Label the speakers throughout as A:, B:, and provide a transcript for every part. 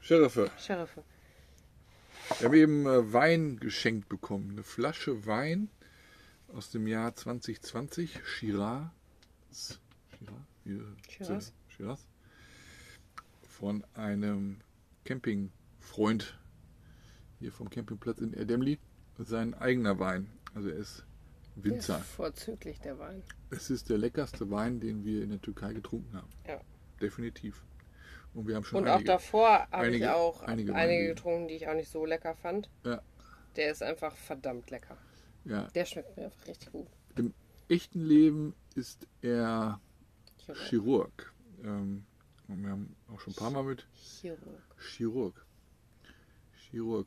A: Sheriffe,
B: Sheriffe.
A: wir haben eben äh, Wein geschenkt bekommen. Eine Flasche Wein aus dem Jahr 2020. Shiraz. Shiraz? Wie-
B: Shiraz.
A: Shiraz. Von einem Campingfreund hier vom Campingplatz in Erdemli. Sein eigener Wein. Also er ist
B: Der ist
A: Winzer.
B: vorzüglich, der Wein.
A: Es ist der leckerste Wein, den wir in der Türkei getrunken haben.
B: Ja.
A: Definitiv. Und wir haben schon
B: Und auch
A: einige.
B: davor habe ich
A: einige-
B: auch
A: einige
B: einige,
A: Weinliebe.
B: getrunken, die ich auch nicht so lecker fand.
A: Ja.
B: Der ist einfach verdammt lecker.
A: ja.
B: Der schmeckt mir einfach richtig gut.
A: Im echten Leben ist er
B: Chirurg.
A: Chirurg. Ähm, und wir haben auch schon ein paar Mal mit
B: Chirurg.
A: Chirurg. Chirurg.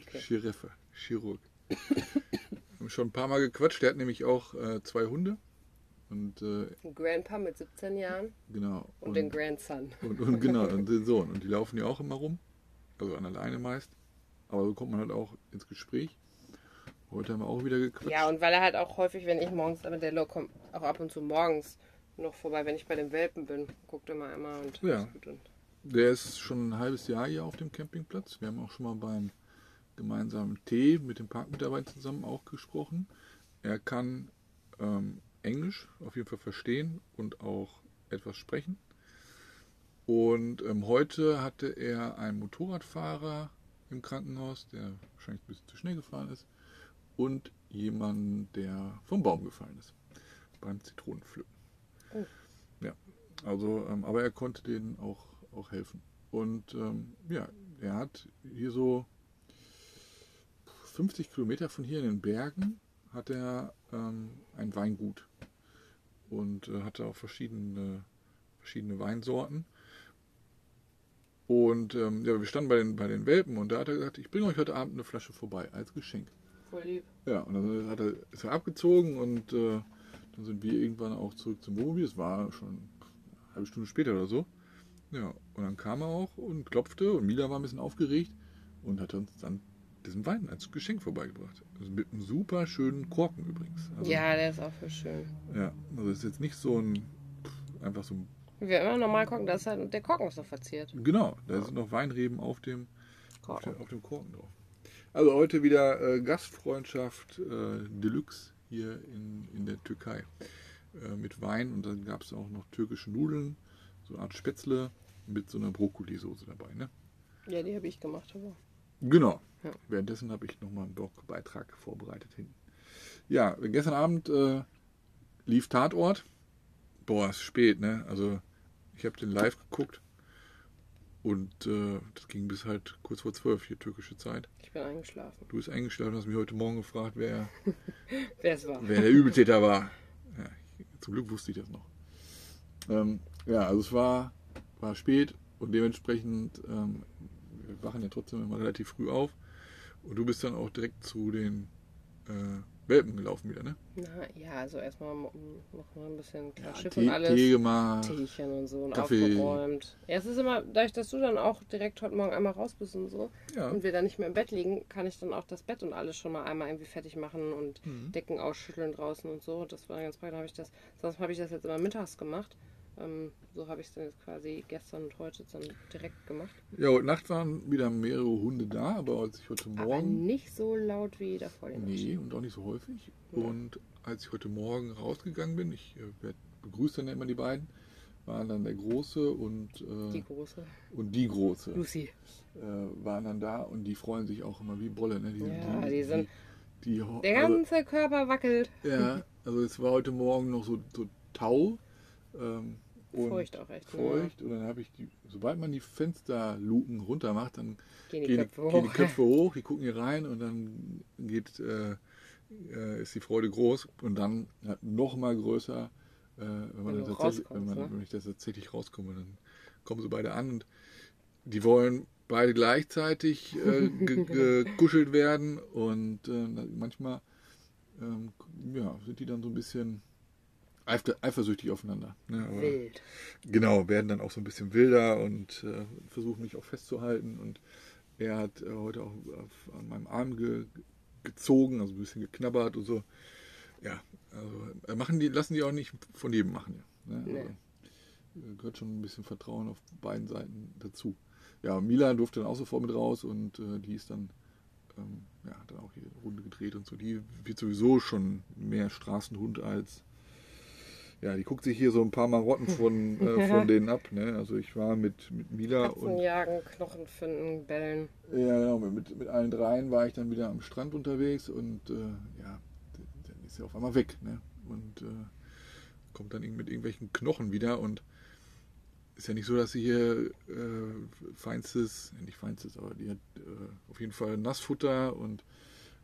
B: Okay.
A: Schiriffe. Chirurg. wir haben schon ein paar Mal gequatscht. Der hat nämlich auch äh, zwei Hunde. Und äh,
B: Ein Grandpa mit 17 Jahren
A: genau.
B: und, den Grandson.
A: Und, und genau, und den Sohn. Und die laufen ja auch immer rum. Also an der Leine meist. Aber so kommt man halt auch ins Gespräch. Heute haben wir auch wieder gequatscht.
B: Ja, und weil er halt auch häufig, wenn ich morgens, aber der Lok kommt auch ab und zu morgens noch vorbei, wenn ich bei den Welpen bin, guckt immer immer und
A: Ja.
B: ist gut und
A: Der ist schon ein halbes Jahr hier auf dem Campingplatz. Wir haben auch schon mal beim gemeinsamen Tee mit den Parkmitarbeitern zusammen auch gesprochen. Er kann ähm, Englisch auf jeden Fall verstehen und auch etwas sprechen. Und ähm, heute hatte er einen Motorradfahrer im Krankenhaus, der wahrscheinlich ein bisschen zu schnell gefahren ist, und jemanden, der vom Baum gefallen ist beim Zitronenpflücken.
B: Oh.
A: Ja, also, ähm, aber er konnte denen auch, auch helfen. Und ähm, ja, er hat hier so 50 Kilometer von hier in den Bergen hat er ähm, ein Weingut und äh, hatte auch verschiedene, verschiedene Weinsorten. Und ähm, ja, wir standen bei den, bei den Welpen und da hat er gesagt, ich bringe euch heute Abend eine Flasche vorbei als Geschenk.
B: voll lieb.
A: Ja, und dann hat er, ist er abgezogen und äh, dann sind wir irgendwann auch zurück zum Wohnmobil. Es war schon eine halbe Stunde später oder so. Ja, und dann kam er auch und klopfte und Mila war ein bisschen aufgeregt und hat uns dann diesen Wein als Geschenk vorbeigebracht. Also mit einem super schönen Korken übrigens. Also,
B: Ja, der ist auch voll schön.
A: ja. Also ist jetzt nicht so ein, pff, einfach so ein,
B: Wir immer normal gucken, das ist halt, der Korken ist noch verziert.
A: genau, da sind noch Weinreben auf dem, auf,
B: Korken.
A: der, auf dem Korken drauf. Also heute wieder äh, Gastfreundschaft äh, Deluxe hier in, in der Türkei äh, mit Wein und dann gab es auch noch türkische Nudeln, so eine Art Spätzle mit so einer Brokkolisauce dabei. Ne?
B: Ja, die habe ich gemacht, aber.
A: Genau.
B: Ja.
A: Währenddessen habe ich nochmal einen Blogbeitrag vorbereitet hinten. Ja, gestern Abend äh, lief Tatort. Boah, ist spät, ne? Also ich habe den live geguckt und äh, das ging bis halt kurz vor zwölf hier türkische Zeit.
B: Ich bin eingeschlafen.
A: Du bist eingeschlafen, hast mich heute Morgen gefragt, wer,
B: Wer es war.
A: wer der Übeltäter war. Ja, ich, zum Glück wusste ich das noch. Ähm, ja, also es war, war spät und dementsprechend, ähm, wir wachen ja trotzdem immer relativ früh auf. Und du bist dann auch direkt zu den äh, Welpen gelaufen wieder, ne?
B: Na, ja, also erstmal mo- noch mal ein bisschen klar Schiff
A: Tee,
B: und alles.
A: Tee gemacht.
B: Teechen und so und
A: Kaffee.
B: aufgeräumt. Ja, es ist immer, dadurch, dass du dann auch direkt heute Morgen einmal raus bist und so
A: Ja,
B: und wir dann nicht mehr im Bett liegen, kann ich dann auch das Bett und alles schon mal einmal irgendwie fertig machen und
A: Mhm.
B: Decken ausschütteln draußen und so. Das war ganz praktisch. Dann Hab ich das, sonst habe ich das jetzt immer mittags gemacht. Ähm, so habe ich es dann jetzt quasi gestern und heute dann direkt gemacht.
A: ja, heute Nacht waren wieder mehrere Hunde da, aber als ich heute
B: Aber
A: Morgen
B: nicht so laut wie davor. die Nacht.
A: Nee, und auch nicht so häufig. Und als ich heute Morgen rausgegangen bin, ich äh, werd- begrüße dann immer die beiden, waren dann der Große und, äh,
B: Die große.
A: und die Große
B: Lucy.
A: äh, waren dann da und die freuen sich auch immer wie Bolle. Ne? Die,
B: Ja, die sind-
A: Die, die, ho-
B: Der
A: also,
B: ganze Körper wackelt.
A: ja, also es war heute Morgen noch so, so Tau. Ähm, und
B: Feucht auch echt. ne?
A: Feucht. Und dann habe ich die, sobald man die Fensterluken runter macht, dann
B: Gehen die
A: gehen,
B: Köpfe
A: die,
B: hoch.
A: gehen die Köpfe hoch, die gucken hier rein und dann geht, äh, äh, ist die Freude groß und dann ja, noch mal größer, äh, wenn, man
B: du
A: dann tatsächlich, wenn,
B: rauskommst,
A: man,
B: ne?
A: wenn ich das tatsächlich rauskomme, dann kommen sie beide an und die wollen beide gleichzeitig äh, ge- gekuschelt werden und äh, manchmal ähm, ja, sind die dann so ein bisschen eifte- eifersüchtig aufeinander. Ne? Aber-
B: Wild.
A: Genau, werden dann auch so ein bisschen wilder und äh, versuchen mich auch festzuhalten. Und er hat äh, heute auch auf, an meinem Arm ge gezogen, also ein bisschen geknabbert und so. Ja, also äh, machen die, lassen die auch nicht von jedem machen. Ja, ne?
B: Nee.
A: also, äh, gehört schon ein bisschen Vertrauen auf beiden Seiten dazu. Ja, Mila durfte dann auch sofort mit raus und äh, die ist dann, ähm, ja, hat dann auch die Runde gedreht und so. Die wird sowieso schon mehr Straßenhund als, ja, die guckt sich hier so ein paar Marotten von, äh, von denen ab. Ne? Also ich war mit, mit Mila
B: Katzen
A: und
B: jagen, Knochen finden, bellen.
A: ja, genau, mit, mit allen dreien war ich dann wieder am Strand unterwegs und äh, ja, d- dann ist er auf einmal weg ne? und äh, kommt dann irgend- mit irgendwelchen Knochen wieder und ist ja nicht so, dass sie hier äh, feinstes, nicht feinstes, aber die hat äh, auf jeden Fall Nassfutter und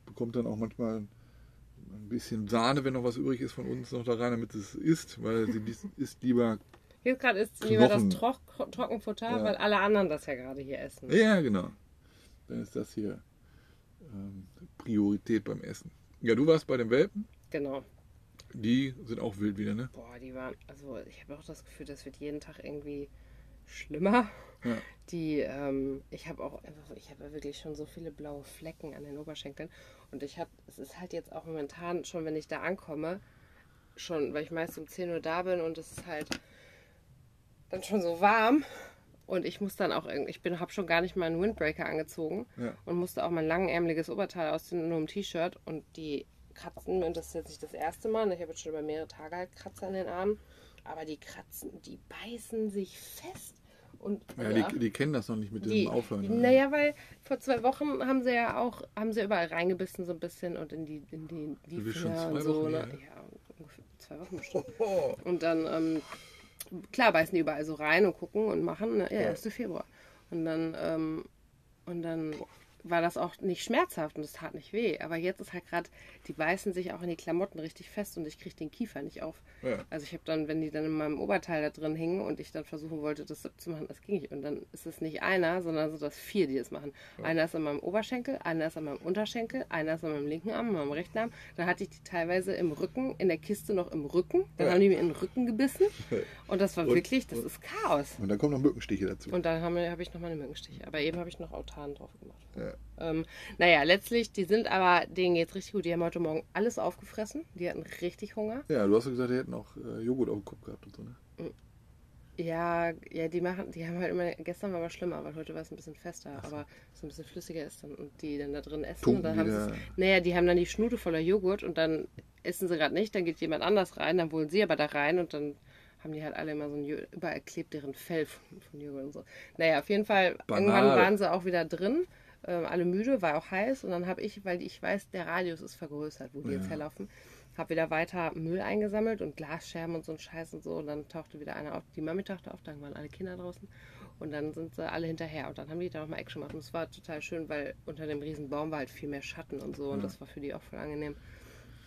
A: bekommt dann auch manchmal ein bisschen Sahne, wenn noch was übrig ist von uns, noch da rein, damit sie es isst, weil sie dies- isst lieber
B: Jetzt gerade ist lieber das
A: Knochen.
B: Troch Trockenfutter,
A: Ja.
B: weil alle anderen das ja gerade hier essen.
A: Ja, genau. Dann ist das hier ähm, Priorität beim Essen. Ja, du warst bei den Welpen.
B: Genau.
A: Die sind auch wild wieder, ne?
B: Boah, die waren, also ich habe auch das Gefühl, das wird jeden Tag irgendwie schlimmer.
A: Ja.
B: Die, ähm, ich habe auch einfach, ich habe ja wirklich schon so viele blaue Flecken an den Oberschenkeln. Und ich habe, es ist halt jetzt auch momentan, schon wenn ich da ankomme, schon, weil ich meist um 10 Uhr da bin und es ist halt dann schon so warm. Und ich muss dann auch irgendwie, ich bin, habe schon gar nicht meinen Windbreaker angezogen
A: Ja.
B: und musste auch mein langärmeliges Oberteil ausziehen, nur ein T-Shirt. Und die kratzen, und das ist jetzt nicht das erste Mal, ne, ich habe jetzt schon über mehrere Tage halt Kratzer an den Armen, aber die kratzen, die beißen sich fest. Und,
A: Ja,
B: und auch-
A: die, die kennen das noch nicht mit diesem Aufhören. ne?
B: naja, weil vor zwei Wochen haben sie ja auch, haben sie überall reingebissen so ein bisschen und in die, in die, in die
A: bist schon
B: Finger
A: zwei
B: und so.
A: Wochen
B: ne?
A: hier,
B: Ja, ungefähr zwei Wochen bestimmt. Und dann, ähm, klar, beißen die überall so rein und gucken und machen. Ne? Ja, 1. Februar. Und dann, ähm, und dann war das auch nicht schmerzhaft und es tat nicht weh. Aber jetzt ist halt gerade, die beißen sich auch in die Klamotten richtig fest und ich kriege den Kiefer nicht auf.
A: Ja.
B: Also ich habe dann, wenn die dann in meinem Oberteil da drin hingen und ich dann versuchen wollte, das abzumachen, das ging nicht. Und dann ist es nicht einer, sondern so, dass vier, die das machen. Einer ist an meinem Oberschenkel, einer ist an meinem Unterschenkel, einer ist an meinem linken Arm, an meinem rechten Arm. Dann hatte ich die teilweise im Rücken, in der Kiste noch im Rücken. Dann
A: Ja.
B: haben die mir in den Rücken gebissen. Und das war
A: Und-
B: wirklich, das ist Chaos.
A: Und dann kommen noch Mückenstiche dazu.
B: Und dann habe hab ich noch meine Mückenstiche. Aber eben habe ich noch Autan drauf gemacht.
A: Ja.
B: Ähm, naja, letztlich, die sind aber, denen geht's richtig gut. Die haben heute Morgen alles aufgefressen. Die hatten richtig Hunger.
A: Ja, du hast doch gesagt, die hätten auch äh, Joghurt auf dem Kopf gehabt und so, ne?
B: Ja, ja, die machen, die haben halt immer, gestern war aber schlimmer, weil heute war es ein bisschen fester, aber es ein bisschen flüssiger ist dann und die dann da drin essen
A: Tunken
B: und dann
A: die
B: haben
A: da-
B: sie es, naja, die haben dann die Schnute voller Joghurt und dann essen sie gerade nicht, dann geht jemand anders rein, dann wollen sie aber da rein und dann haben die halt alle immer so ein, Jo- überall klebt deren Fell von, von Joghurt und so. Naja, auf jeden Fall, irgendwann
A: Banal.
B: waren sie auch wieder drin, ähm, alle müde, war auch heiß und dann habe ich, weil ich weiß, der Radius ist vergrößert, wo die jetzt
A: Ja.
B: herlaufen, habe wieder weiter Müll eingesammelt und Glasscherben und so ein Scheiß und so. Und dann tauchte wieder einer auf, die Mami tauchte auf, dann waren alle Kinder draußen. Und dann sind sie alle hinterher. Und dann haben die da nochmal Action gemacht. Und es war total schön, weil unter dem riesen Baum war halt viel mehr Schatten und so. Und das war für die auch voll angenehm.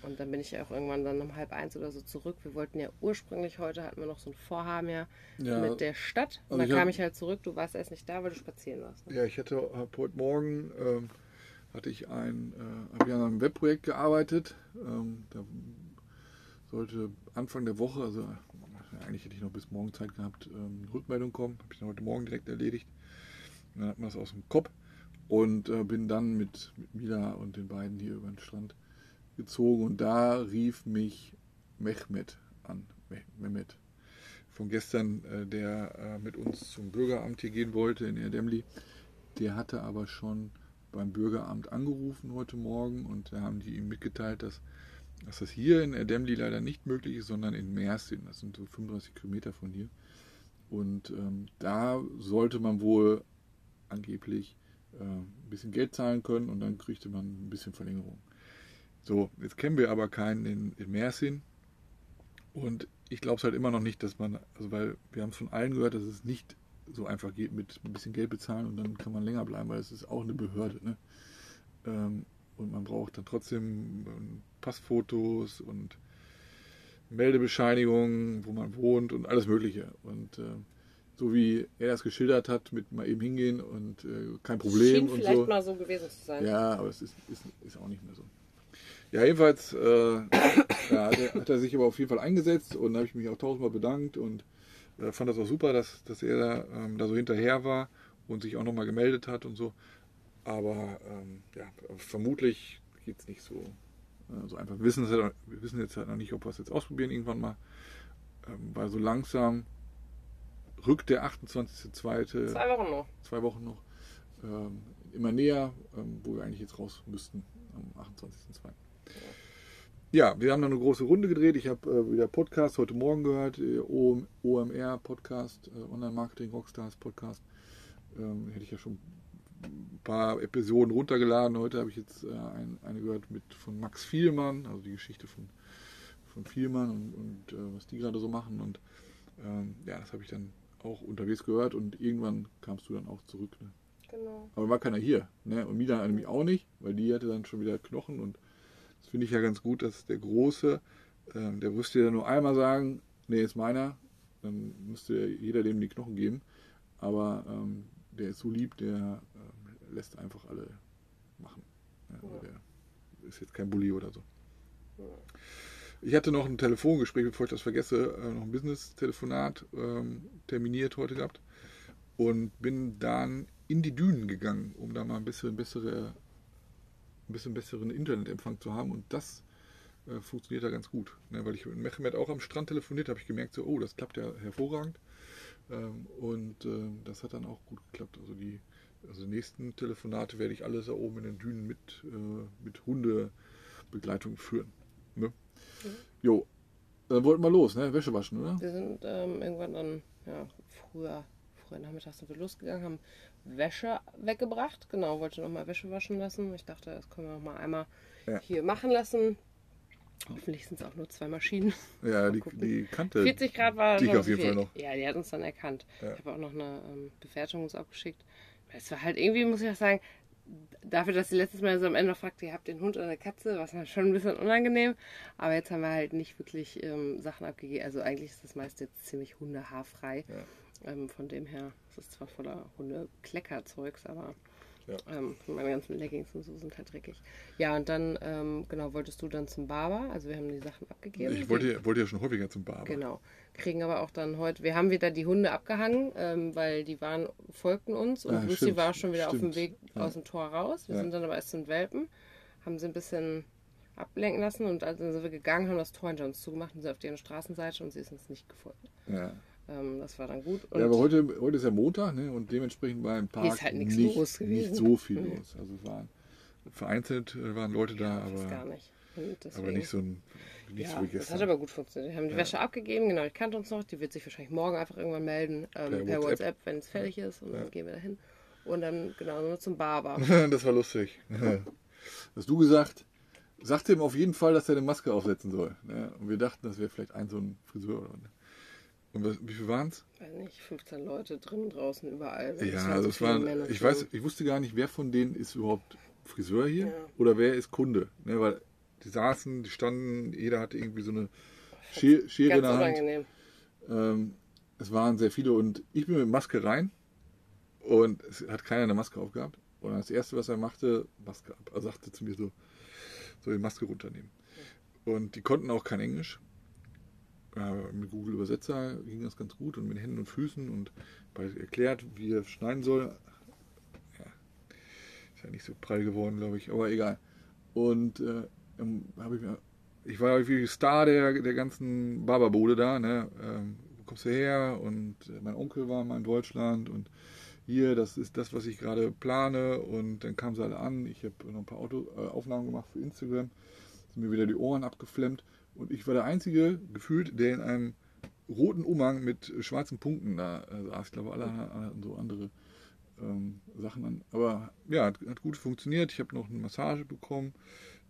B: Und dann bin ich ja auch irgendwann dann um halb eins oder so zurück. Wir wollten ja ursprünglich heute, hatten wir noch so ein Vorhaben ja,
A: Ja.
B: mit der Stadt. Und
A: Also
B: dann
A: ich hab-
B: kam ich halt zurück. Du warst erst nicht da, weil du spazieren warst. Ne?
A: Ja, ich hatte hab heute Morgen ähm, hatte ich ein, äh, hab ich an einem Webprojekt gearbeitet. Ähm, da sollte Anfang der Woche, also äh, eigentlich hätte ich noch bis morgen Zeit gehabt, ähm, eine Rückmeldung kommen. Habe ich dann heute Morgen direkt erledigt. Dann hat man das aus dem Kopf und äh, bin dann mit, mit Mila und den beiden hier über den Strand gezogen und da rief mich Mehmet an. Meh- Mehmet von gestern, äh, der äh, mit uns zum Bürgeramt hier gehen wollte in Erdemli, der hatte aber schon beim Bürgeramt angerufen heute Morgen und da haben die ihm mitgeteilt, dass, dass das hier in Erdemli leider nicht möglich ist, sondern in Mersin. Das sind so 35 Kilometer von hier. Und ähm, da sollte man wohl angeblich äh, ein bisschen Geld zahlen können und dann kriegte man ein bisschen Verlängerung. So, jetzt kennen wir aber keinen in, in Mersin. Und ich glaube es halt immer noch nicht, dass man, also weil wir haben es von allen gehört, dass es nicht so einfach geht mit ein bisschen Geld bezahlen und dann kann man länger bleiben, weil es ist auch eine Behörde. Ne? Ähm, und man braucht dann trotzdem ähm, Passfotos und Meldebescheinigungen, wo man wohnt und alles Mögliche. Und ähm, so wie er das geschildert hat, mit mal eben hingehen und äh, kein Problem
B: Schien
A: und
B: vielleicht
A: so.
B: mal so gewesen zu sein.
A: Ja, aber es ist, ist, ist auch nicht mehr so. Ja, jedenfalls äh, ja, hat, er, hat er sich aber auf jeden Fall eingesetzt und da habe ich mich auch tausendmal bedankt und äh, fand das auch super, dass, dass er da, ähm, da so hinterher war und sich auch nochmal gemeldet hat und so. Aber ähm, ja, vermutlich geht es nicht so, äh, so einfach. Wir wissen, es halt, wir wissen jetzt halt noch nicht, ob wir es jetzt ausprobieren irgendwann mal, ähm, weil so langsam rückt der 28.02.
B: Zwei Wochen noch.
A: zwei Wochen noch ähm, immer näher, ähm, wo wir eigentlich jetzt raus müssten am 28.02. Ja, wir haben dann eine große Runde gedreht. Ich habe äh, wieder Podcast heute Morgen gehört, äh, OM OMR Podcast, äh, Online Marketing Rockstars Podcast. Ähm, hätte ich ja schon ein paar Episoden runtergeladen. Heute habe ich jetzt äh, ein, eine gehört mit von Max Vielmann, also die Geschichte von, von Vielmann und, und äh, was die gerade so machen. Und ähm, ja, das habe ich dann auch unterwegs gehört und irgendwann kamst du dann auch zurück. Ne?
B: Genau.
A: Aber war keiner hier. Ne? Und Mila nämlich auch nicht, weil die hatte dann schon wieder Knochen. Und das finde ich ja ganz gut, dass der Große, ähm, der müsste ja nur einmal sagen, nee, ist meiner. Dann müsste ja jeder dem die Knochen geben. Aber ähm, der ist so lieb, der ähm, lässt einfach alle machen. Ja, also
B: Ja.
A: Der ist jetzt kein Bulli oder so.
B: Ja.
A: Ich hatte noch ein Telefongespräch, bevor ich das vergesse, äh, noch ein Business-Telefonat ähm, terminiert heute gehabt und bin dann in die Dünen gegangen, um da mal ein bisschen, bessere, ein bisschen besseren Internetempfang zu haben und das äh, funktioniert da ganz gut, ne? weil ich mit Mehmet auch am Strand telefoniert habe, ich gemerkt so, oh, das klappt ja hervorragend ähm, und ähm, das hat dann auch gut geklappt. Also die, also die nächsten Telefonate werde ich alles da oben in den Dünen mit, äh, mit Hundebegleitung führen. Ne?
B: Mhm.
A: Jo, dann wollten wir los, ne? Wäsche waschen, oder?
B: Wir sind ähm, irgendwann dann, ja, früher, früher nachmittags sind wir losgegangen, haben Wäsche weggebracht. Genau, wollte nochmal Wäsche waschen lassen. Ich dachte, das können wir nochmal einmal
A: Ja.
B: hier machen lassen. Hoffentlich sind es auch nur zwei Maschinen.
A: Ja,
B: Mal
A: die,
B: gucken.
A: die Kante.
B: 40 Grad war
A: Äh, Die
B: schon
A: auf
B: zu
A: jeden
B: viel.
A: Fall noch.
B: Ja, die hat uns dann erkannt.
A: Ja.
B: Ich habe auch noch eine ähm, Bewertung uns abgeschickt. Es war halt irgendwie, muss ich auch sagen, dafür, dass sie letztes Mal so am Ende noch fragte, ihr habt den Hund oder eine Katze, was war schon ein bisschen unangenehm. Aber jetzt haben wir halt nicht wirklich ähm, Sachen abgegeben. Also eigentlich ist das meiste jetzt ziemlich hundehaarfrei. Ähm, von dem her, es ist zwar voller Hundekleckerzeugs, aber
A: Ja.
B: ähm, meine ganzen Leggings und so sind halt dreckig. Ja, und dann, ähm, genau, wolltest du dann zum Barber. Also wir haben die Sachen abgegeben.
A: Ich wollte, ja- wollte ja schon häufiger zum Barber.
B: Genau. Kriegen aber auch dann heute, wir haben wieder die Hunde abgehangen, ähm, weil die waren, folgten uns und
A: Ah,
B: Lucy
A: stimmt,
B: war schon wieder auf
A: stimmt.
B: dem Weg
A: Ja.
B: aus dem Tor raus. Wir
A: Ja.
B: sind dann aber erst zum Welpen, haben sie ein bisschen ablenken lassen und als dann sind wir gegangen, haben das Tor hinter uns zugemacht und sind auf deren Straßenseite und sie ist uns nicht gefolgt.
A: Ja.
B: Ähm, das war dann gut. Und
A: Ja, aber heute, heute ist ja Montag ne? und dementsprechend war im Park
B: ist halt nichts
A: nicht,
B: los gewesen. Mhm.
A: nicht so viel los. Also es waren vereinzelt äh, waren Leute da,
B: ich weiß gar
A: aber,
B: nicht. Und deswegen,
A: aber nicht so ein nicht
B: ja,
A: so wie
B: das hat
A: gestern.
B: aber gut funktioniert. Wir haben die Wäsche abgegeben, genau, die kannte uns noch. Die wird sich wahrscheinlich morgen einfach irgendwann melden ähm, per,
A: WhatsApp.
B: WhatsApp, wenn es fertig ist. Und
A: Ja.
B: dann gehen wir dahin. Und dann, genau, nur zum Barber.
A: das war lustig. Hast du gesagt, sag dem auf jeden Fall, dass er eine Maske aufsetzen soll. Ne? Und wir dachten, das wäre vielleicht ein so ein Friseur oder ne? Und was, wie viel waren es?
B: weiß nicht, 15 Leute drin, draußen, überall.
A: Ja, also
B: waren Äh, so
A: es
B: viele
A: waren,
B: Männer
A: ich
B: drin.
A: weiß, ich wusste gar nicht, wer von denen ist überhaupt Friseur hier
B: Ja.
A: oder wer ist Kunde. Ne, weil die saßen, die standen, jeder hatte irgendwie so eine Schere, Schere in
B: Ganz
A: der Hand.
B: unangenehm.
A: Ähm, es waren sehr viele und ich bin mit Maske rein und es hat keiner eine Maske aufgehabt. Und das Erste, was er machte, Maske ab. Er sagte zu mir so, soll die Maske runternehmen. Und die konnten auch kein Englisch. Äh, mit Google Übersetzer ging das ganz gut und mit Händen und Füßen und bei erklärt, wie er schneiden soll. Ja, ist ja nicht so prall geworden, glaube ich, aber egal. Und äh, ähm, habe ich mir, ich war irgendwie Star der, der ganzen Barberbude da, ne? Ähm, wo kommst du her? Und äh, mein Onkel war mal in Deutschland und hier, das ist das, was ich gerade plane. Und dann kamen sie alle an. Ich habe noch ein paar Auto, äh, Aufnahmen gemacht für Instagram. Sind mir wieder die Ohren abgeflemmt. Und ich war der Einzige, gefühlt, der in einem roten Umhang mit äh, schwarzen Punkten da äh, saß. Ich glaube, alle hatten so andere ähm, Sachen an. Aber ja, hat, hat gut funktioniert. Ich habe noch eine Massage bekommen.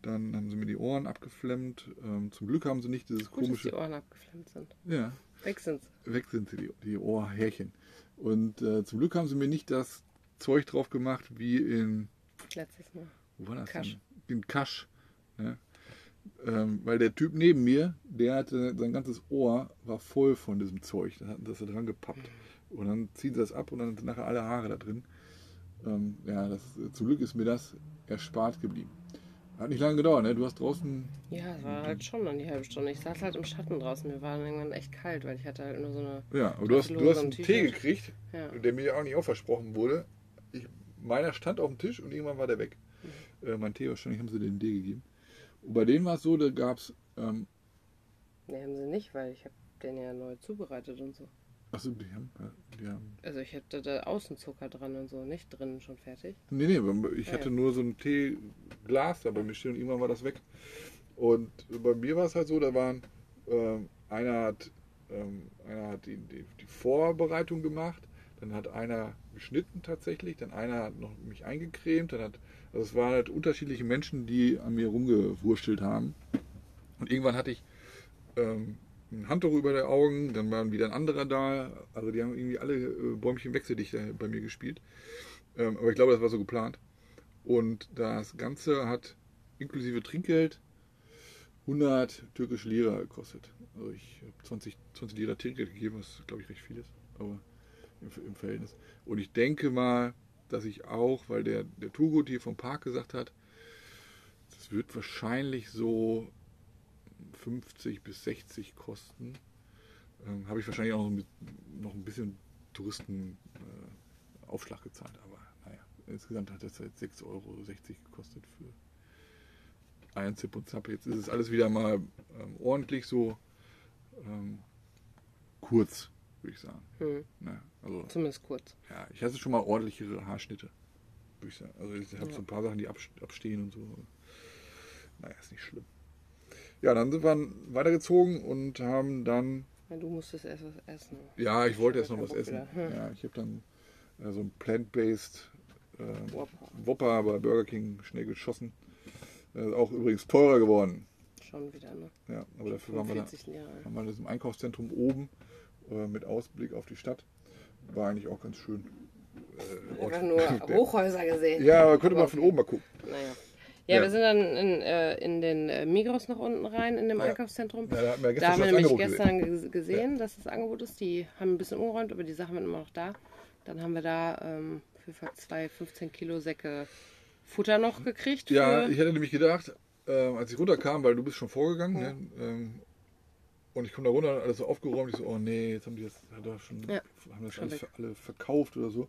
A: Dann haben sie mir die Ohren abgeflemmt. Ähm, zum Glück haben sie nicht dieses
B: Gut, dass die
A: komische.
B: Ohren abgeflammt sind.
A: Ja,
B: Weg sind sie.
A: weg sind sie, die, die Ohrhärchen. Und äh, zum Glück haben sie mir nicht das Zeug drauf gemacht, wie in,
B: letztes Mal.
A: wo war das
B: Kasch.
A: denn? In Kasch. Ne? Ähm, weil der Typ neben mir, der hatte sein ganzes Ohr, war voll von diesem Zeug. Da hatten sie das da dran gepappt. Und dann ziehen sie das ab und dann sind nachher alle Haare da drin. Ähm, ja, das, zum Glück ist mir das erspart geblieben. Hat nicht lange gedauert, ne? Du hast draußen.
B: Ja, es war halt schon dann die halbe Stunde. Ich saß halt im Schatten draußen. Mir war dann irgendwann echt kalt, weil ich hatte halt nur so eine.
A: Ja, aber du hast, du hast einen
B: T-Shirt.
A: Tee gekriegt.
B: Ja.
A: der mir ja auch nicht auch versprochen wurde. Ich, meiner stand auf dem Tisch und irgendwann war der weg. Äh, mein Tee wahrscheinlich haben sie den D gegeben. Und bei denen war es so, da gab es, ähm,
B: Ne, haben sie nicht, weil ich habe den ja neu zubereitet und so.
A: Achso, die haben, ja, die haben.
B: Also ich hatte da Außenzucker dran und so, nicht drinnen schon fertig.
A: Nee, nee, ich
B: Ja,
A: hatte
B: ja.
A: nur so ein Teeglas da bei mir stehen und irgendwann war das weg. Und bei mir war es halt so, da waren, ähm, einer hat, ähm, einer hat die, die, die Vorbereitung gemacht, dann hat einer geschnitten tatsächlich, dann einer hat noch mich eingecremt, dann hat, also es waren halt unterschiedliche Menschen, die an mir rumgewurstelt haben. Und irgendwann hatte ich ähm, ein Handtuch über die Augen, dann waren wieder ein anderer da. Also die haben irgendwie alle äh, Bäumchen wechseldicht äh, bei mir gespielt. Ähm, aber ich glaube, das war so geplant. Und das Ganze hat inklusive Trinkgeld 100 türkische Lira gekostet. Also ich habe 20, 20 Lira Trinkgeld gegeben, was glaube ich recht viel ist, aber im, im Verhältnis. Und ich denke mal, dass ich auch, weil der, der Turgut hier vom Park gesagt hat, das wird wahrscheinlich so 50 bis 60 kosten. Ähm, Habe ich wahrscheinlich auch noch mit, noch ein bisschen Touristenaufschlag äh, Aufschlag gezahlt, aber naja, insgesamt hat das halt 6,60 Euro gekostet für ein Zip und Zap. Jetzt ist es alles wieder mal ähm, ordentlich so ähm, kurz, würde ich sagen.
B: Hm.
A: Ne? Also,
B: Zumindest kurz.
A: ja, ich hatte schon mal ordentlichere Haarschnitte, würde ich sagen. Also ich habe
B: Ja.
A: so ein paar Sachen, die abs- abstehen und so. Naja, ist nicht schlimm. Ja, dann sind wir weitergezogen und haben dann,
B: Ja, Du musstest erst was essen.
A: ja, ich wollte
B: hab
A: erst noch
B: keinen
A: was
B: Bock
A: essen.
B: wieder. Hm.
A: Ja, ich habe dann äh, so ein plant-based äh,
B: Whopper.
A: Whopper bei Burger King schnell geschossen. Äh, auch übrigens teurer geworden.
B: Schon wieder, ne?
A: Ja, aber dafür waren wir da,
B: 45 Jahre.
A: waren wir in diesem Einkaufszentrum oben äh, mit Ausblick auf die Stadt. War eigentlich auch ganz schön. äh, Ort.
B: Einfach nur
A: Der-
B: Hochhäuser gesehen.
A: Ja, aber könnte man
B: Aber-
A: von oben mal gucken.
B: Naja. Ja,
A: Ja.
B: wir sind dann in, äh, in den äh, Migros noch unten rein, in dem
A: Ah ja.
B: Einkaufszentrum.
A: Ja, da haben wir
B: Da
A: gestern
B: haben
A: schon
B: wir
A: das
B: nämlich
A: Angebot gesehen.
B: gestern ge- gesehen, dass das Angebot ist. Die haben ein bisschen umgeräumt, aber die Sachen waren immer noch da. Dann haben wir da ähm, für zwei 15 Kilo Säcke Futter noch gekriegt.
A: Ja,
B: für,
A: ich hätte nämlich gedacht, ähm, als ich runterkam, weil du bist schon vorgegangen, ne? ähm, und ich komme da runter, alles so aufgeräumt, ich so, oh nee, jetzt haben die das, hat er schon,
B: Ja,
A: haben das
B: schon
A: alles
B: weg.
A: für alle verkauft oder so.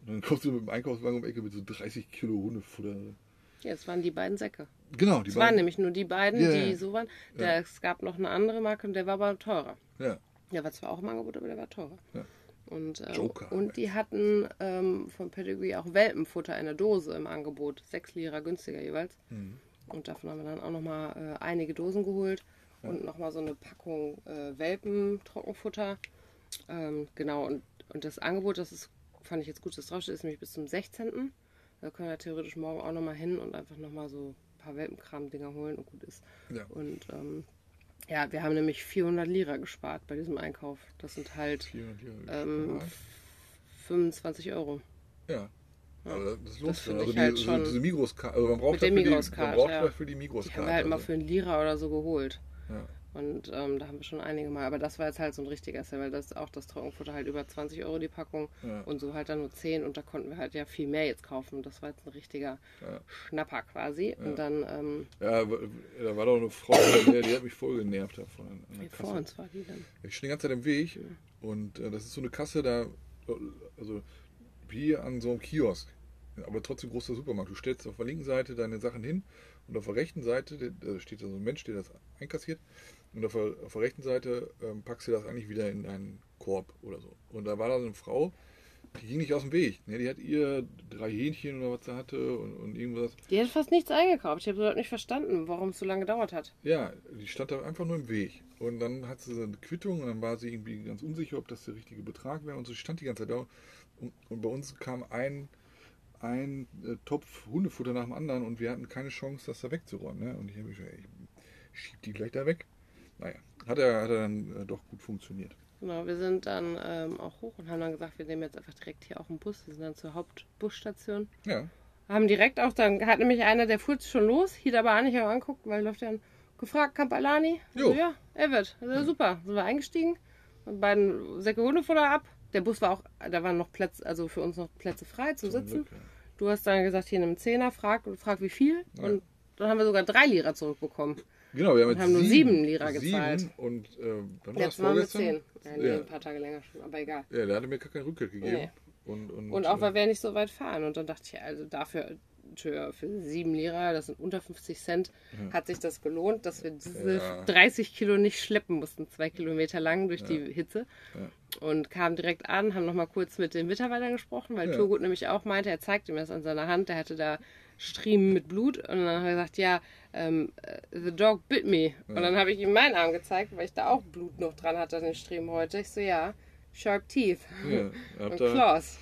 A: Und dann kommst du mit dem Einkaufswagen um die Ecke mit so 30 Kilo Hundefutter. ne.
B: ja, es waren die beiden Säcke.
A: Genau, die
B: Es waren nämlich nur die beiden,
A: Ja,
B: die
A: ja.
B: so waren.
A: Ja.
B: Der, Es gab noch eine andere Marke und der war aber teurer.
A: Ja,
B: Der war zwar auch im Angebot, aber der war teurer.
A: Ja.
B: Und, äh,
A: Joker. halt.
B: und die hatten ähm, von Pedigree auch Welpenfutter in der Dose im Angebot. Sechs Lira günstiger jeweils.
A: Mhm.
B: Und davon haben wir dann auch nochmal äh, einige Dosen geholt. Und nochmal so eine Packung äh, Welpen-Trockenfutter. Ähm, genau, und, und das Angebot, das ist, fand ich jetzt gut, dass draufsteht, ist nämlich bis zum 16. Da können wir theoretisch morgen auch nochmal hin und einfach nochmal so ein paar Welpenkram-Dinger holen und gut ist.
A: ja.
B: Und ähm, ja, wir haben nämlich 400 Lira gespart bei diesem Einkauf. Das sind halt
A: Hier und hier.
B: ähm, 25 Euro.
A: ja. Aber das lohnt
B: das
A: sich.
B: finde
A: Also
B: ich halt
A: die, so,
B: schon-
A: diese Migros-Karte. Also man braucht
B: Mit der
A: dafür die-
B: Migros-Karte,
A: Man braucht
B: ja.
A: dafür die
B: Die
A: Migros-Karte.
B: haben wir halt mal
A: also.
B: für einen Lira oder so geholt.
A: ja.
B: Und ähm, da haben wir schon einige Mal. Aber das war jetzt halt so ein richtiger Sale, weil das auch das Trockenfutter halt über 20 Euro die Packung
A: Ja.
B: und so halt dann nur 10 und da konnten wir halt ja viel mehr jetzt kaufen. Das war jetzt ein richtiger
A: Ja.
B: Schnapper quasi.
A: Ja.
B: Und dann ähm,
A: Ja, w- da war doch eine Frau, bei mir, die hat mich voll genervt davon. An an der
B: hier vor
A: Kasse.
B: uns war die dann.
A: Ich stehe die ganze Zeit im Weg und äh, das ist so eine Kasse da, also wie an so einem Kiosk, aber trotzdem großer Supermarkt. Du stellst auf der linken Seite deine Sachen hin und auf der rechten Seite da steht da so ein Mensch, der das einkassiert und auf der, auf der rechten Seite ähm, packst du das eigentlich wieder in deinen Korb oder so. Und da war da so eine Frau, die ging nicht aus dem Weg. Ne? Die hat ihr drei Hähnchen oder was sie hatte und, und irgendwas.
B: Die hat fast nichts eingekauft. Ich habe überhaupt nicht verstanden, warum es so lange gedauert hat.
A: Ja, die stand da einfach nur im Weg. Und dann hat sie so eine Quittung und dann war sie irgendwie ganz unsicher, ob das der richtige Betrag wäre. Und so stand die ganze Zeit da. Und, und bei uns kam ein, ein äh, Topf Hundefutter nach dem anderen und wir hatten keine Chance, das da wegzuräumen. Ne? Und ich habe mich gesagt, ich schieb die gleich da weg. Naja, hat er, hat er dann äh, doch gut funktioniert.
B: Genau, wir sind dann ähm, auch hoch und haben dann gesagt, wir nehmen jetzt einfach direkt hier auch einen Bus. Wir sind dann zur Hauptbusstation.
A: Ja,
B: Haben direkt auch dann, hat nämlich einer, der fuhr schon los, hielt aber an, ich habe anguckt, weil läuft dann gefragt, Kampalani.
A: Jo. Mhm.
B: Also, ja, er wird. Also, Super, sind wir eingestiegen, haben beiden Säcke Hundefutter ab. Der Bus war auch, da waren noch Plätze, also für uns noch Plätze frei zum
A: Zum
B: Sitzen.
A: Glück, ja.
B: Du hast dann gesagt, hier nimm einen Zehner, frag und frag wie viel.
A: Ja.
B: Und dann haben wir sogar drei Lira zurückbekommen.
A: genau. Wir haben, jetzt
B: haben nur sieben Lira
A: sieben
B: gezahlt.
A: Und äh, wann war das
B: Jetzt waren wir
A: vorgestern?
B: zehn. Ja, nee,
A: Ja.
B: ein paar Tage länger schon, aber egal.
A: Ja, der hatte mir gar kein Rückgeld gegeben.
B: Nee.
A: Und, und,
B: Und auch,
A: äh,
B: weil wir nicht so weit fahren. Und dann dachte ich, also dafür Tür für sieben Lira, das sind unter 50 Cent,
A: Ja.
B: hat sich das gelohnt, dass wir diese
A: Mhm. Ja.
B: 30 Kilo nicht schleppen mussten, zwei Kilometer lang durch die Hitze.
A: Ja.
B: Und kamen direkt an, haben nochmal kurz mit den Mitarbeitern gesprochen, weil
A: Ja.
B: Turgut nämlich auch meinte, er zeigte mir das an seiner Hand, der hatte da Striemen mit Blut und dann hat er gesagt, ja, ähm, äh, the dog bit me. Und dann habe ich ihm meinen Arm gezeigt, weil ich da auch Blut noch dran hatte an den Striemen heute. Ich so, ja, sharp teeth
A: Ja,
B: und
A: habt da,
B: claws.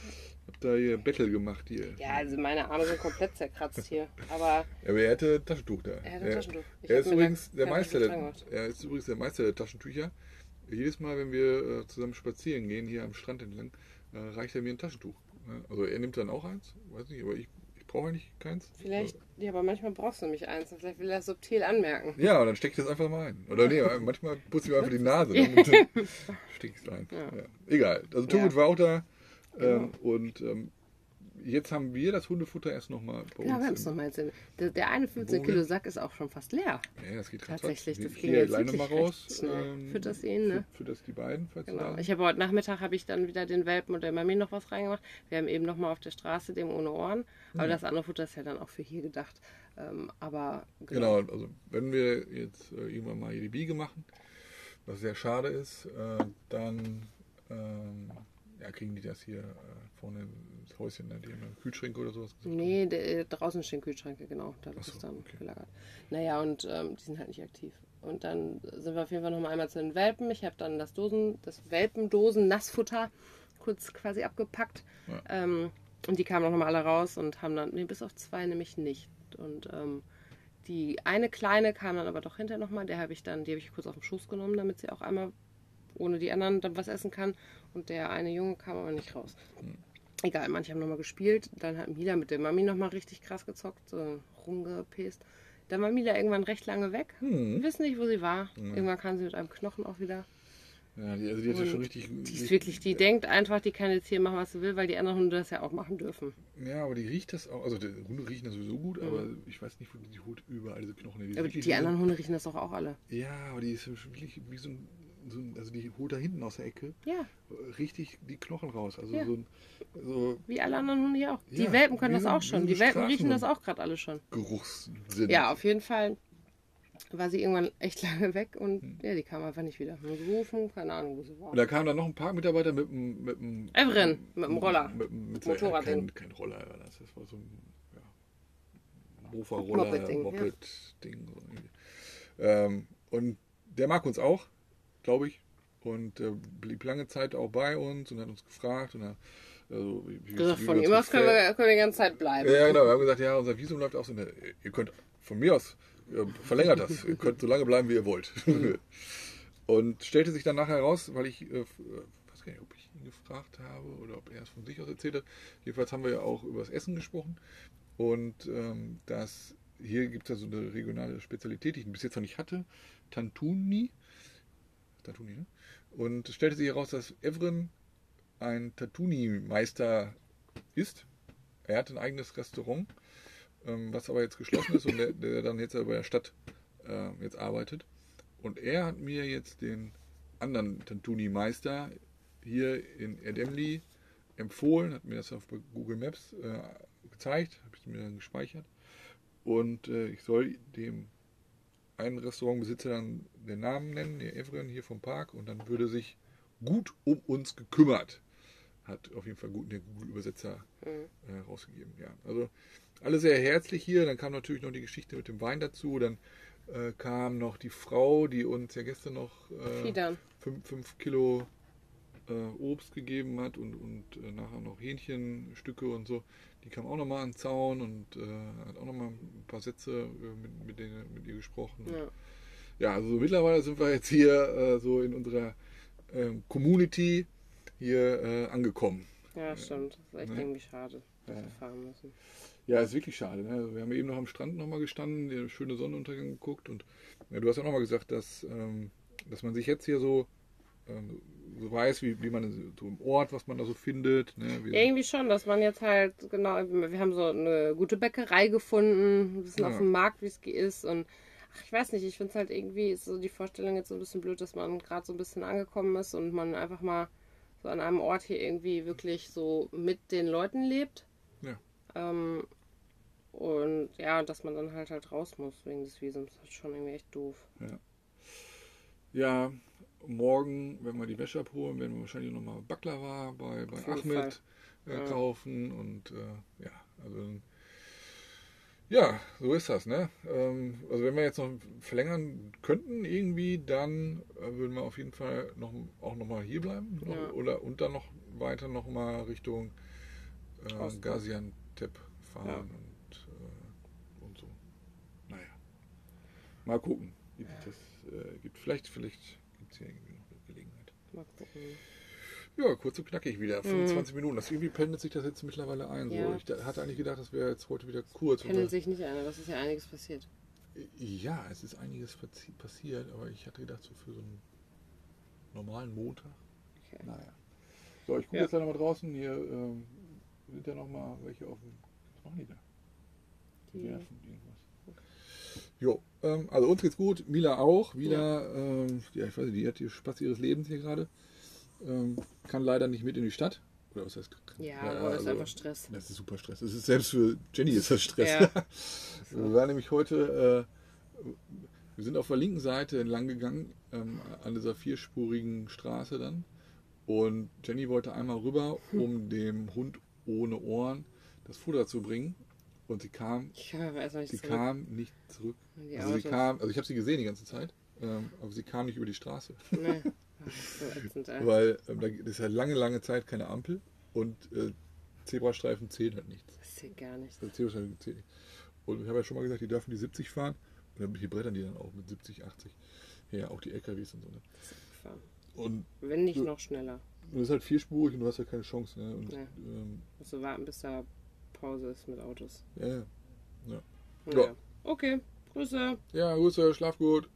A: habt da hier Battle gemacht hier.
B: Ja, also meine Arme sind komplett zerkratzt hier. Aber
A: Aber er hätte Taschentuch da.
B: Er hätte Taschentuch. Ich
A: Er
B: hab
A: ist
B: mir
A: übrigens
B: da
A: der
B: kein
A: Meister
B: Taschentuch
A: der,
B: dran gemacht.
A: er ist übrigens der Meister der Taschentücher. Jedes Mal, wenn wir äh, zusammen spazieren gehen, hier am Strand entlang, äh, reicht er mir ein Taschentuch. Ne? Also er nimmt dann auch eins, weiß nicht, aber ich, ich brauche eigentlich keins. Äh,
B: vielleicht, ja, aber manchmal brauchst du nämlich eins und vielleicht will er es subtil anmerken.
A: Ja, und dann steckt das einfach mal ein. Oder nee, manchmal putze ich mir einfach die Nase. ne? Und dann steck ich's ein. Ja. Egal. Also Turgut
B: Ja. Genau.
A: war auch da. Ähm, Und ähm, jetzt haben wir das Hundefutter erst nochmal bei
B: Ja, Genau, wir haben
A: uns.
B: es
A: im-
B: nochmal erzählt. Der, der eine 15
A: Bogen.
B: Kilo Sack ist auch schon fast leer.
A: Ja, das geht grad
B: Tatsächlich,
A: zack.
B: das
A: Hier,
B: ging jetzt
A: Leine
B: wirklich
A: mal raus.
B: recht schnell. Für das ihn, ne?
A: Für, für das die beiden, falls sie da
B: Genau.
A: sind.
B: Ich habe heute Nachmittag habe ich dann wieder den Welpen und der Mami noch was reingemacht. Wir haben eben nochmal auf der Straße dem ohne Ohren. Aber das andere Futter ist ja dann auch für hier gedacht. Ähm, aber
A: Genau, also wenn wir jetzt äh, irgendwann mal hier die Biege machen, was sehr schade ist, äh, dann ähm, ja, kriegen die das hier äh, vorne ins Häuschen, ne? die haben einen Kühlschrank oder sowas. gesagt.
B: Nee, der, äh, draußen stehen Kühlschränke, genau. Da wird
A: Ach so,
B: es dann
A: okay.
B: gelagert. Naja, und ähm, die sind halt nicht aktiv. Und dann sind wir auf jeden Fall nochmal einmal zu den Welpen. Ich habe dann das Dosen, das Welpendosen-Nassfutter kurz quasi abgepackt.
A: Ja.
B: Ähm, und die kamen auch nochmal alle raus und haben dann, nee, bis auf zwei nämlich nicht. Und ähm, die eine kleine kam dann aber doch hinterher nochmal. Der habe ich dann, die habe ich kurz auf den Schoß genommen, damit sie auch einmal ohne die anderen dann was essen kann. Und der eine Junge kam aber nicht raus. Egal, manche haben nochmal gespielt. Dann hat Mila mit der Mami nochmal richtig krass gezockt, so rumgepest. Dann war Mila irgendwann recht lange weg. Wir wissen nicht, wo sie war. Irgendwann kam sie mit einem Knochen auch wieder.
A: Ja, die, also die hat ja
B: Und
A: schon richtig.
B: Die ist wirklich, die denkt einfach, die kann jetzt hier machen, was sie will, weil die anderen Hunde das ja auch machen dürfen.
A: Ja, aber die riecht das auch. Also die Hunde riechen das sowieso gut, aber ich weiß nicht, wo die, die holt überall diese Knochen. her. Die, ist
B: Mhm. Aber
A: wirklich
B: die
A: wie so-
B: anderen Hunde riechen das doch auch alle.
A: Ja, aber die ist wirklich wie so ein. So ein also die holt da hinten aus der Ecke
B: Ja,
A: richtig die Knochen raus. Also
B: Ja.
A: so ein. So
B: wie alle anderen Hunde hier auch. Die
A: Ja,
B: Welpen können
A: wie
B: das
A: so-
B: auch
A: wie
B: schon.
A: so
B: Die Welpen riechen das
A: Straßenhunde.
B: auch gerade alle schon.
A: Geruchssinn.
B: Ja, auf jeden Fall war sie irgendwann echt lange weg und
A: Hm.
B: ja, die kam einfach nicht wieder. Nur gerufen, keine Ahnung, wo sie war.
A: Und da kamen dann noch ein Parkmitarbeiter mit einem. Mit einem
B: Evren, Äh, mit dem Roller.
A: Mit, einem- mit
B: Motorrad
A: Motorrad. Kein,
B: hin.
A: kein Roller, ja, das, das war so ein. Ja, Mofa-Roller,
B: Moped-Ding,
A: Moped-Ding.
B: ja.
A: so irgendwie. ähm, und der mag uns auch, glaube ich. Und äh, blieb lange Zeit auch bei uns und hat uns gefragt. Und hat, also, wie- wie-
B: gesagt,
A: wie
B: von
A: wir
B: ihm
A: zum
B: aus können
A: Pferd-
B: wir, können wir die ganze Zeit bleiben.
A: Ja, genau. Wir haben gesagt, ja, unser Visum läuft aus. Und, äh, ihr könnt von mir aus äh, verlängert das. Ihr könnt so lange bleiben, wie ihr wollt. und stellte sich dann nachher heraus, weil ich, äh, f- äh, weiß gar nicht, ob ich ihn gefragt habe oder ob er es von sich aus erzählt hat. Jedenfalls haben wir ja auch über das Essen gesprochen. Und ähm, das, hier gibt es ja so eine regionale Spezialität, die ich bis jetzt noch nicht hatte. Tantuni. Tantuni, ne? Und es stellte sich heraus, dass Evren ein Tantuni-Meister ist. Er hat ein eigenes Restaurant, ähm, was aber jetzt geschlossen ist und der, der dann jetzt aber bei der Stadt äh, jetzt arbeitet. Und er hat mir jetzt den anderen Tantuni-Meister hier in Erdemli empfohlen, hat mir das auf Google Maps äh, gezeigt, habe ich mir dann gespeichert. Und äh, ich soll dem einen Restaurantbesitzer dann den Namen nennen, der Evren hier vom Park, und dann würde sich gut um uns gekümmert. Hat auf jeden Fall gut der Google-Übersetzer äh, rausgegeben. Ja, also alle sehr herzlich hier. Dann kam natürlich noch die Geschichte mit dem Wein dazu. Dann äh, kam noch die Frau, die uns ja gestern noch äh,
B: Fiedern.
A: fünf, fünf Kilo äh, Obst gegeben hat und, und äh, nachher noch Hähnchenstücke und so. Die kam auch nochmal an den Zaun und äh, hat auch nochmal ein paar Sätze äh, mit, mit, denen, mit ihr gesprochen.
B: Ja.
A: Ja, also mittlerweile sind wir jetzt hier äh, so in unserer ähm, Community hier äh, angekommen.
B: Ja, stimmt. Das ist echt
A: Nee.
B: irgendwie schade, dass wir fahren müssen.
A: Ja, ist wirklich schade. Ne? Also Wir haben eben noch am Strand nochmal gestanden, den schönen Sonnenuntergang geguckt und ja, du hast ja nochmal gesagt, dass, ähm, dass man sich jetzt hier so, ähm, so weiß, wie, wie man so im Ort, was man da so findet. Ne? Wie,
B: Ja, irgendwie schon, dass man jetzt halt, genau, wir haben so eine gute Bäckerei gefunden, wissen
A: Ja.
B: auf dem Markt, wie es ge- ist und ach, ich weiß nicht, ich finde es halt irgendwie, ist so die Vorstellung jetzt so ein bisschen blöd, dass man gerade so ein bisschen angekommen ist und man einfach mal so an einem Ort hier irgendwie wirklich so mit den Leuten lebt.
A: Ja.
B: Ähm, Und ja, dass man dann halt halt raus muss wegen des Visums. Das ist schon irgendwie echt doof.
A: Ja. ja, morgen, wenn wir die Wäsche abholen, werden wir wahrscheinlich nochmal Baklava bei, bei
B: jeden
A: Ahmed äh,
B: Ja.
A: kaufen. Und äh, ja, also ja, so ist das, ne? Ähm, also wenn wir jetzt noch verlängern könnten irgendwie, dann äh, würden wir auf jeden Fall noch, auch nochmal hier bleiben. Noch,
B: Ja.
A: Oder und dann noch weiter nochmal Richtung äh,
B: Osten.
A: Gaziantep fahren
B: Ja.
A: und, äh, und so. Naja. Mal gucken. Gibt das, äh, gibt vielleicht, vielleicht gibt es hier irgendwie noch eine Gelegenheit.
B: Mal gucken.
A: Ja, kurz und knackig wieder. 25 Minuten. Das irgendwie pendelt sich das jetzt mittlerweile ein. So.
B: Mhm. Ja.
A: Ich da- hatte eigentlich gedacht, das wäre jetzt heute wieder kurz. und
B: Pendelt
A: das-
B: sich nicht einer, das ist ja einiges passiert.
A: ja, es ist einiges verzie- passiert, aber ich hatte gedacht, so für so einen normalen Montag.
B: Okay.
A: Naja. So, ich gucke
B: Ja.
A: jetzt da nochmal draußen. Hier ähm, sind ja nochmal welche auf dem. Was machen die da? Die
B: Die-
A: werfen irgendwas. Jo, ähm, also uns geht's gut. Mila auch. Mila, ähm, ja, ich weiß nicht, die hat den Spaß ihres Lebens hier gerade. Ähm, kann leider nicht mit in die Stadt. Oder was heißt?
B: Ja,
A: leider,
B: aber das ist
A: also-
B: einfach Stress.
A: das ist super Stress. Es ist selbst für Jenny ist das Stress.
B: Ja.
A: Wir waren nämlich heute, äh, wir sind auf der linken Seite entlang gegangen, ähm, an dieser vierspurigen Straße dann. Und Jenny wollte einmal rüber,
B: Hm.
A: um dem Hund ohne Ohren das Futter zu bringen. Und sie kam,
B: Ich kann aber erstmal
A: sie
B: nicht zurück.
A: kam nicht zurück.
B: Und die
A: Also sie
B: Autos.
A: kam, also ich habe sie gesehen die ganze Zeit, ähm, aber sie kam nicht über die Straße.
B: Nee. Das ist so ätzend, ey.
A: Weil ähm, da ist ja lange, lange Zeit keine Ampel und äh, Zebrastreifen zählen halt nichts.
B: Das sieht gar nichts.
A: Das zählt wahrscheinlich zählt nicht. Und ich habe ja schon mal gesagt, die dürfen die 70 fahren. Und dann die brettern die dann auch mit 70, 80. Ja, auch die LKWs und so. Ne?
B: Das ist abgefahren.
A: Und
B: Wenn nicht noch schneller.
A: das ist halt vierspurig und du hast ja keine Chance. Ne? Und,
B: Ja.
A: ähm,
B: Musst du warten, bis da Pause ist mit Autos.
A: ja, ja.
B: Naja.
A: Ja.
B: Okay, Grüße.
A: ja, Grüße, schlaf gut.